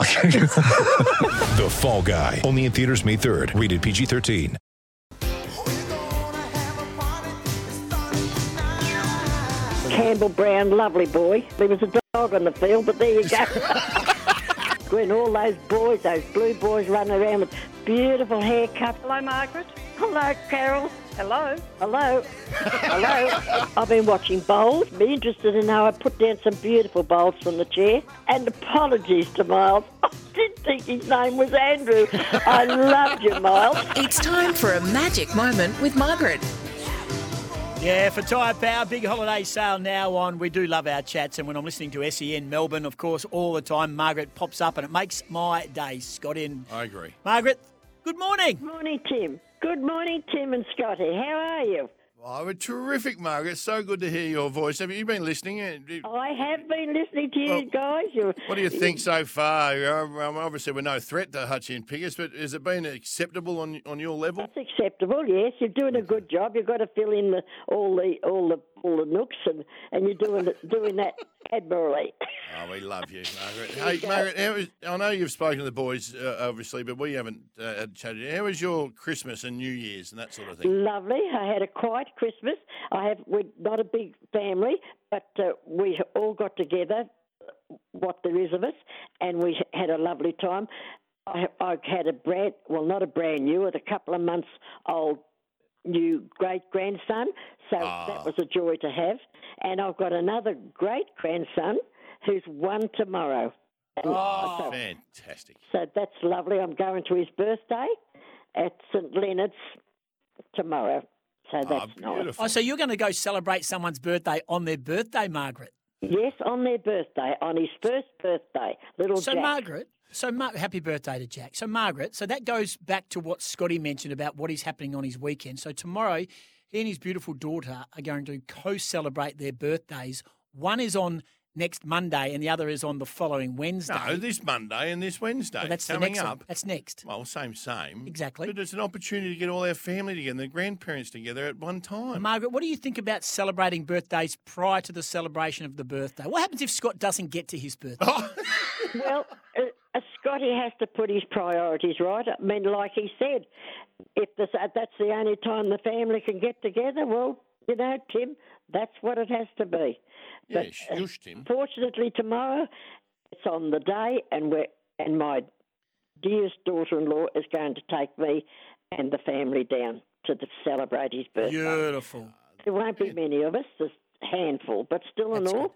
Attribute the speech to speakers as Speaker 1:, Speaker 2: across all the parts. Speaker 1: The Fall Guy. Only in theaters May 3rd. Rated PG 13.
Speaker 2: Campbell Brown, lovely boy. There was a dog on the field, but there you go. when all those boys, those blue boys running around with beautiful haircuts.
Speaker 3: Hello, Margaret.
Speaker 2: Hello, Carol.
Speaker 3: Hello.
Speaker 2: Hello. Hello. I've been watching bowls. Be interested in how I put down some beautiful bowls from the chair. And apologies to Miles. I did think his name was Andrew. I loved you, Miles.
Speaker 4: It's time for a magic moment with Margaret.
Speaker 5: Yeah, for Tyre Power, big holiday sale now on. We do love our chats, and when I'm listening to SEN Melbourne, of course, all the time, Margaret pops up and it makes my day. Scott in.
Speaker 6: I agree.
Speaker 5: Margaret, good morning.
Speaker 2: Good morning, Tim. Good morning, Tim and Scotty. How are you?
Speaker 6: Oh, we're terrific, Margaret. So good to hear your voice. Have you been listening? Uh, do-
Speaker 2: I have been listening to you
Speaker 6: Well,
Speaker 2: guys. You-
Speaker 6: What do you think so far? You know, um, Obviously, we're no threat to Hutchie and Piggott, but has it been acceptable on on your level?
Speaker 2: That's acceptable. Yes, you're doing a good job. You've got to fill in the, all the all the all the nooks, and, and you're doing it- doing that admirably.
Speaker 6: Oh, we love you, Margaret. Hey, Margaret, how is, I know you've spoken to the boys, uh, obviously, but we haven't uh, had chatted. How was your Christmas and New Year's and that sort of thing?
Speaker 2: Lovely. I had a quiet Christmas. I have we're not a big family, but uh, we all got together, what there is of us, and we had a lovely time. I, I had a brand well, not a brand new, but a couple of months old new great grandson. So that was a joy to have. And I've got another great grandson who's one tomorrow. And
Speaker 6: Ah, Oh.
Speaker 2: so-
Speaker 6: Fantastic.
Speaker 2: so that's lovely. I'm going to his birthday at St Leonard's tomorrow. So that's
Speaker 6: oh,
Speaker 2: nice.
Speaker 6: beautiful.
Speaker 5: Oh, so you're going to go celebrate someone's birthday on their birthday, Margaret.
Speaker 2: Yes, on their birthday, on his first birthday, little
Speaker 5: So,
Speaker 2: Jack.
Speaker 5: Margaret. So, Mar- happy birthday to Jack. So, Margaret, so that goes back to what Scotty mentioned about what is happening on his weekend. So, tomorrow, he and his beautiful daughter are going to co celebrate their birthdays. One is on next Monday, and the other is on the following Wednesday.
Speaker 6: No, this Monday and this Wednesday.
Speaker 5: Well, that's the
Speaker 6: coming
Speaker 5: next one.
Speaker 6: up.
Speaker 5: That's next.
Speaker 6: Well, same, same.
Speaker 5: Exactly.
Speaker 6: But it's an opportunity to get all our family together, the grandparents together at one time.
Speaker 5: Margaret, what do you think about celebrating birthdays prior to the celebration of the birthday? What happens if Scott doesn't get to his birthday?
Speaker 2: Well, uh, uh, Scotty has to put his priorities right. I mean, like he said, if this, uh, that's the only time the family can get together, well, you know, Tim, that's what it has to be. uh,
Speaker 6: yeah, shush, Tim.
Speaker 2: Fortunately, tomorrow it's on the day, and we are and my dearest daughter-in-law is going to take me and the family down to the, celebrate his
Speaker 6: Oh,
Speaker 2: birthday.
Speaker 5: Beautiful.
Speaker 2: There won't be many of us, just a handful, but still in
Speaker 5: That's
Speaker 2: all,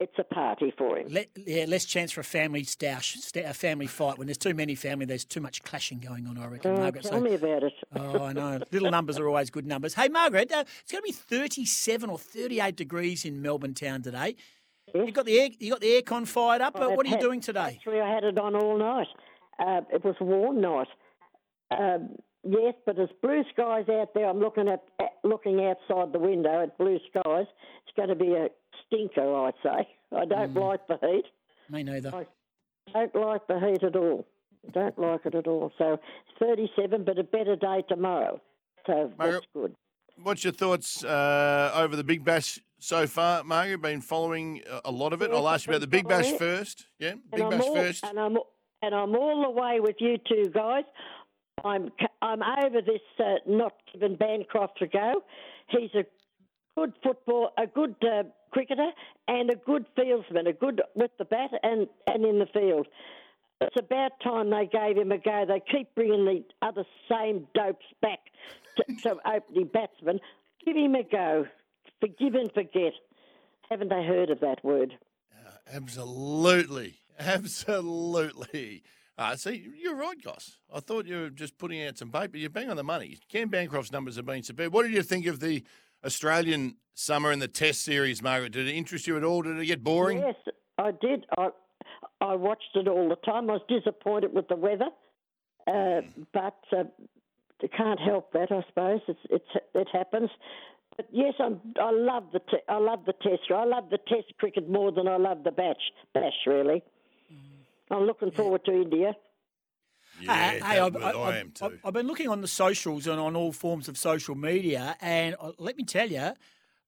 Speaker 2: it's a party for him.
Speaker 5: Let, yeah, less chance for a family stoush, sta a family fight. When there's too many family, there's too much clashing going on, I reckon,
Speaker 2: Oh,
Speaker 5: Margaret.
Speaker 2: tell me about it.
Speaker 5: Oh, I know. Little numbers are always good numbers. Hey, Margaret, uh, it's going to be 37 or 38 degrees in Melbourne town today. You got the air, you got the aircon fired up. uh, what are you doing today?
Speaker 2: Actually, I had it on all night. Uh, it was a warm night. Um, yes, but there's blue skies out there. I'm looking at, at looking outside the window at blue skies. It's going to be a stinker, I'd say. I
Speaker 5: Hmm.
Speaker 2: don't like the heat.
Speaker 5: Me neither.
Speaker 2: Don't like the heat at all. Don't like it at all. So 37, but a better day tomorrow. So
Speaker 6: Margaret-
Speaker 2: that's good.
Speaker 6: What's your thoughts uh, over the Big Bash so far, Margaret? Been following a- a lot of it.
Speaker 2: Yes,
Speaker 6: I'll ask
Speaker 2: I've
Speaker 6: you about the
Speaker 2: been
Speaker 6: Big Bash
Speaker 2: following it.
Speaker 6: first. Yeah,
Speaker 2: And
Speaker 6: Big
Speaker 2: I'm
Speaker 6: Bash
Speaker 2: all,
Speaker 6: first.
Speaker 2: And I'm and I'm all the way with you two guys. I'm c- I'm over this uh, not giving Bancroft a go. He's a good football, a good uh, cricketer, and a good fieldsman, a good with the bat and and in the field. It's about time they gave him a go. They keep bringing the other same dopes back to, to opening batsmen. Give him a go. Forgive and forget. Haven't they heard of that word?
Speaker 6: Absolutely, absolutely. Uh, see, you're right, Goss. I thought you were just putting out some bait, but you're bang on the money. Cam Bancroft's numbers have been superb. What did you think of the Australian summer and the Test series, Margaret? Did it interest you at all? Did it get boring?
Speaker 2: Yes, I did. I I watched it all the time. I was disappointed with the weather, uh, but uh, I can't help that, I suppose. It's, it's, it happens. But yes, I'm, I love the te- I love the test. I love the test cricket more than I love the batch bash. Really, I'm looking forward to India.
Speaker 6: Yeah,
Speaker 5: Ah, Hey, hey,
Speaker 6: that would- I,
Speaker 5: I've-
Speaker 6: am too.
Speaker 5: I've- I've been looking on the socials and on all forms of social media, and uh, let me tell you,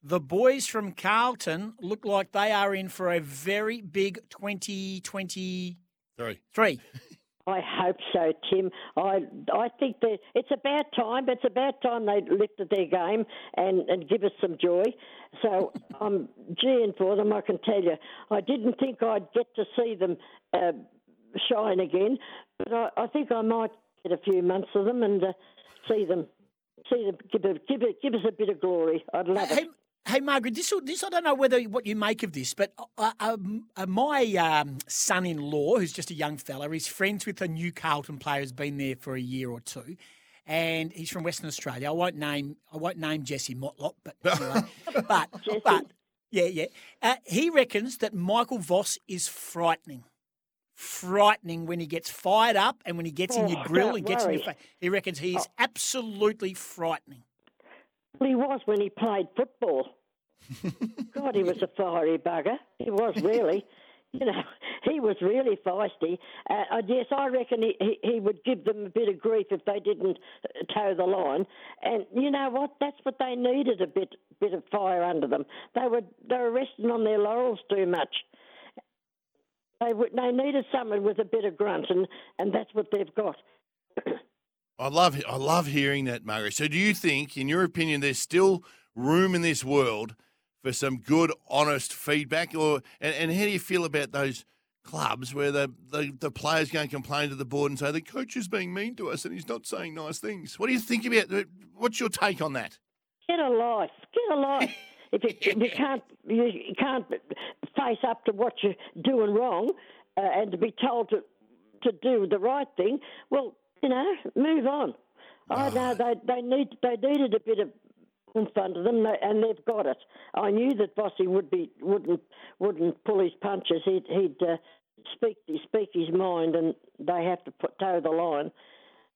Speaker 5: the boys from Carlton look like they are in for a very big 2023.
Speaker 6: Three.
Speaker 2: I hope so, Tim. I I think that it's about time. It's about time they lifted their game and, and give us some joy. So I'm geeing for them. I can tell you. I didn't think I'd get to see them uh, shine again, but I, I think I might get a few months of them and uh, see them see them give a, give a, give us a bit of glory. I'd love it.
Speaker 5: Hey, hey, Margaret, this this I don't know whether what you make of this, but uh, um, uh, my um, son-in-law, who's just a young fella, is friends with a new Carlton player who's been there for a year or two, and he's from Western Australia. I won't name I won't name Jesse Motlock, but anyway, but but yeah, yeah, uh, he reckons that Michael Voss is frightening. Frightening when he gets fired up and when he gets in
Speaker 2: Oh,
Speaker 5: your grill and
Speaker 2: don't
Speaker 5: gets in your
Speaker 2: worry. Oh.
Speaker 5: face. He reckons he is absolutely frightening.
Speaker 2: Well, he was when he played football. God, he was a fiery bugger. He was really. You know, he was really feisty. Uh, I yes, I reckon he, he, he would give them a bit of grief if they didn't uh, toe the line. And you know what? That's what they needed a bit bit of fire under them. They were they were resting on their laurels too much. They would, they needed someone with a bit of grunt, and, and that's what they've got.
Speaker 6: I love I love hearing that, Margaret. So, do you think, in your opinion, there's still room in this world for some good, honest feedback, or and, and how do you feel about those clubs where the, the the players going to complain to the board and say the coach is being mean to us and he's not saying nice things? What do you think about? What's your take on that?
Speaker 2: Get a life. Get a life. if you, if you can't you you can't face up to what you're doing wrong uh, and to be told to to do the right thing, well, you know, move on. I know they they need they needed a bit of in front of them, they- and they've got it. I knew that Bossy would be wouldn't wouldn't pull his punches. He'd he'd uh, speak he'd speak his mind, and they have to put toe the line.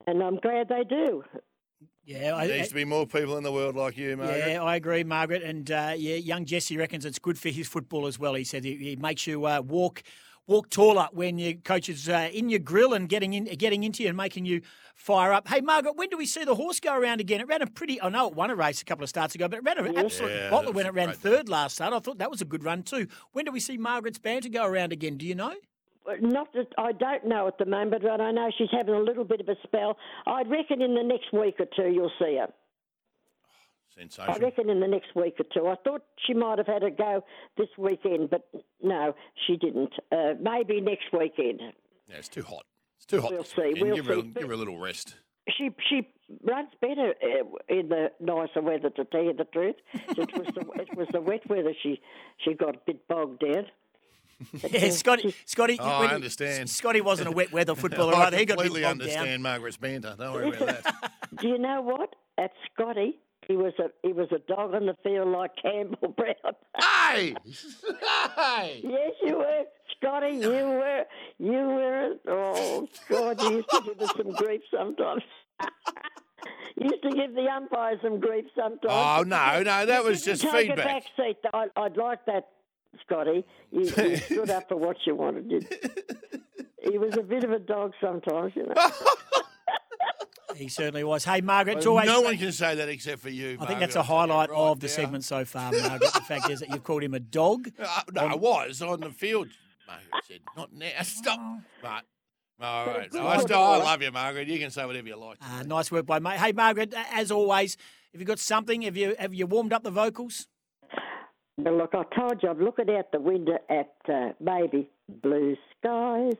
Speaker 2: And I'm glad they do.
Speaker 5: Yeah, I,
Speaker 6: There needs to be more people in the world like you, Margaret.
Speaker 5: Yeah, I agree, Margaret. And uh, yeah, young Jesse reckons it's good for his football as well. He said he, he makes you uh, walk walk taller when your coach is uh, in your grill and getting in getting into you and making you fire up. Hey, Margaret, when do we see the horse go around again? It ran a pretty. I know it won a race a couple of starts ago, but it ran an absolute
Speaker 6: Yeah, that
Speaker 5: bottler
Speaker 6: was
Speaker 5: when
Speaker 6: a
Speaker 5: it ran
Speaker 6: great-
Speaker 5: third last start. I thought that was a good run too. When do we see Margaret's banter go around again? Do you know?
Speaker 2: Not that I don't know at the moment, but I know she's having a little bit of a spell. I reckon in the next week or two you'll see her. I
Speaker 6: Sensational.
Speaker 2: reckon in the next week or two. I thought she might have had a go this weekend, but no, she didn't. Uh, maybe next weekend.
Speaker 6: Yeah, it's too hot. It's too hot.
Speaker 2: We'll
Speaker 6: this
Speaker 2: see,
Speaker 6: weekend.
Speaker 2: we'll
Speaker 6: give, her, a-
Speaker 2: see.
Speaker 6: give her a little rest.
Speaker 2: She she runs better uh, in the nicer weather. To tell you the truth, it was the, it was the wet weather. She she got a bit bogged down.
Speaker 5: Yeah, Scotty. Scotty.
Speaker 6: Oh, I
Speaker 5: when he-
Speaker 6: understand.
Speaker 5: Scotty wasn't a wet weather footballer
Speaker 6: I
Speaker 5: either. He got a bit
Speaker 6: completely
Speaker 5: bogged
Speaker 6: understand
Speaker 5: down.
Speaker 6: Margaret's banter. Don't worry about that.
Speaker 2: Do you know what? At Scotty, he was a he was a dog on the field like Campbell Brown.
Speaker 6: hey! Hey!
Speaker 2: Yes, you were, Scotty. You were. You were. Oh, God, you used to give us some grief sometimes. you used to give the umpire some grief sometimes.
Speaker 6: Oh no, no, that was just
Speaker 2: Take a back
Speaker 6: feedback.
Speaker 2: seat. I, I'd like that, Scotty. You, you stood up for what you wanted. You, he was a bit of a dog sometimes, you know.
Speaker 5: He certainly was. Hey, Margaret, it's always
Speaker 6: No one can say that except for you.
Speaker 5: I think that's a highlight of the segment so far, Margaret. the fact is that you've called him a dog.
Speaker 6: Uh, no,
Speaker 5: Um,
Speaker 6: I was on the field. Margaret said, "Not now, stop." But all right, no, I, still, I love you, Margaret. You can say whatever you like.
Speaker 5: Uh, nice work by mate. Hey, Margaret, a- as always, have you got something? Have you have you warmed up the vocals?
Speaker 2: Now, look, I told you, I'm looking out the window at uh, maybe blue skies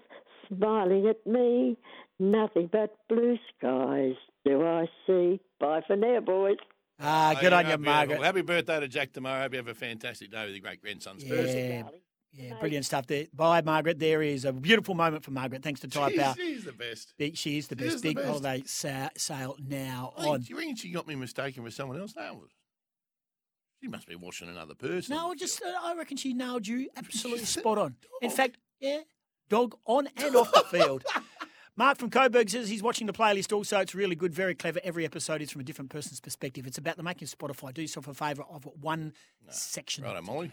Speaker 2: smiling at me. Nothing but blue skies do I see. Bye for now, boys.
Speaker 5: Ah,
Speaker 6: Oh,
Speaker 5: good
Speaker 6: you
Speaker 5: on
Speaker 6: know,
Speaker 5: you,
Speaker 6: beautiful.
Speaker 5: Margaret.
Speaker 6: Happy birthday to Jack tomorrow. Hope you have a fantastic day with your great grandson's birthday.
Speaker 5: Yeah, yeah, brilliant stuff there. Bye, Margaret. There is a beautiful moment for Margaret. Thanks to Type Power.
Speaker 6: She's, she's the best.
Speaker 5: Big, she is the
Speaker 6: She
Speaker 5: best.
Speaker 6: is the
Speaker 5: Big
Speaker 6: best.
Speaker 5: holiday sa- sale now
Speaker 6: I
Speaker 5: on.
Speaker 6: think, do you reckon she got me mistaken with someone else? No, she must be watching another person.
Speaker 5: No, I just uh, I reckon she nailed you absolutely spot on. In fact, yeah, dog on and off the field. Mark from Coburg says he's watching the playlist also. It's really good, very clever. Every episode is from a different person's perspective. It's about the making of Spotify. Do yourself a favour. I've got one section.
Speaker 6: Righto, Molly.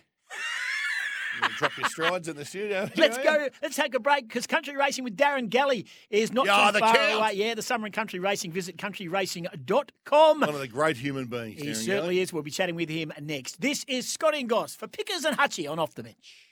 Speaker 6: You gonna drop your strides in the studio.
Speaker 5: Let's
Speaker 6: Joanne?
Speaker 5: go. Let's take a break because country racing with Darren Galley is not
Speaker 6: Yeah,
Speaker 5: too
Speaker 6: the
Speaker 5: far
Speaker 6: count.
Speaker 5: away. Yeah, the summer in country racing. Visit countryracing.com.
Speaker 6: One of the great human beings.
Speaker 5: He
Speaker 6: Darren Gale.
Speaker 5: certainly is. We'll be chatting with him next. This is Scotty and Goss for Pickers and Hutchie on Off the Bench.